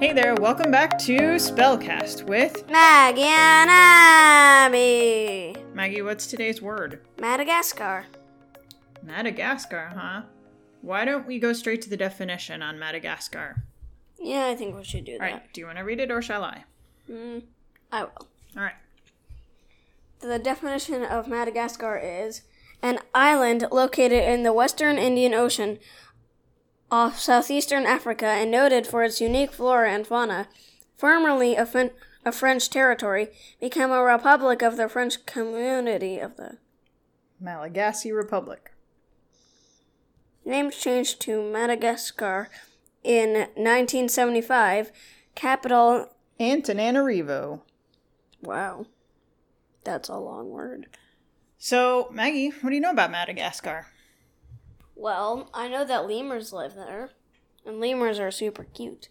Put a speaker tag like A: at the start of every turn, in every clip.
A: Hey there, welcome back to Spellcast with
B: Maggie and Abby.
A: Maggie. What's today's word?
B: Madagascar.
A: Madagascar, huh? Why don't we go straight to the definition on Madagascar?
B: Yeah, I think we should do
A: All right,
B: that.
A: do you want to read it or shall I?
B: Mm, I will.
A: All right.
B: The definition of Madagascar is an island located in the western Indian Ocean off southeastern Africa and noted for its unique flora and fauna. Formerly a, Fren- a French territory, became a republic of the French community of the
A: Malagasy Republic.
B: Name changed to Madagascar in 1975. Capital.
A: Antananarivo.
B: Wow. That's a long word.
A: So, Maggie, what do you know about Madagascar?
B: Well, I know that lemurs live there, and lemurs are super cute.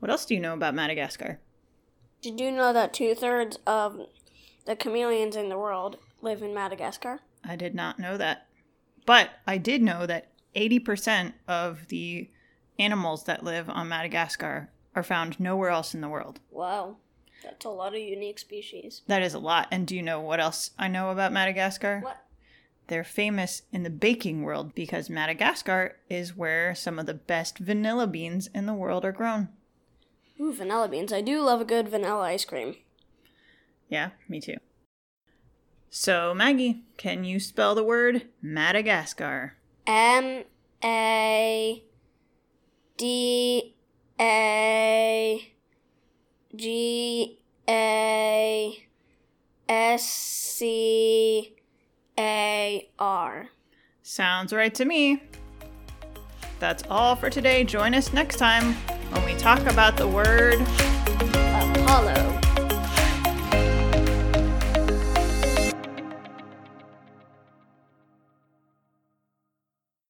A: What else do you know about Madagascar?
B: Did you know that two thirds of the chameleons in the world live in Madagascar?
A: I did not know that. But I did know that 80% of the animals that live on Madagascar are found nowhere else in the world.
B: Wow. That's a lot of unique species.
A: That is a lot. And do you know what else I know about Madagascar?
B: What?
A: They're famous in the baking world because Madagascar is where some of the best vanilla beans in the world are grown.
B: Ooh, vanilla beans. I do love a good vanilla ice cream.
A: Yeah, me too. So, Maggie, can you spell the word Madagascar?
B: M A D A G A S C A R.
A: Sounds right to me. That's all for today. Join us next time when we talk about the word.
B: Apollo.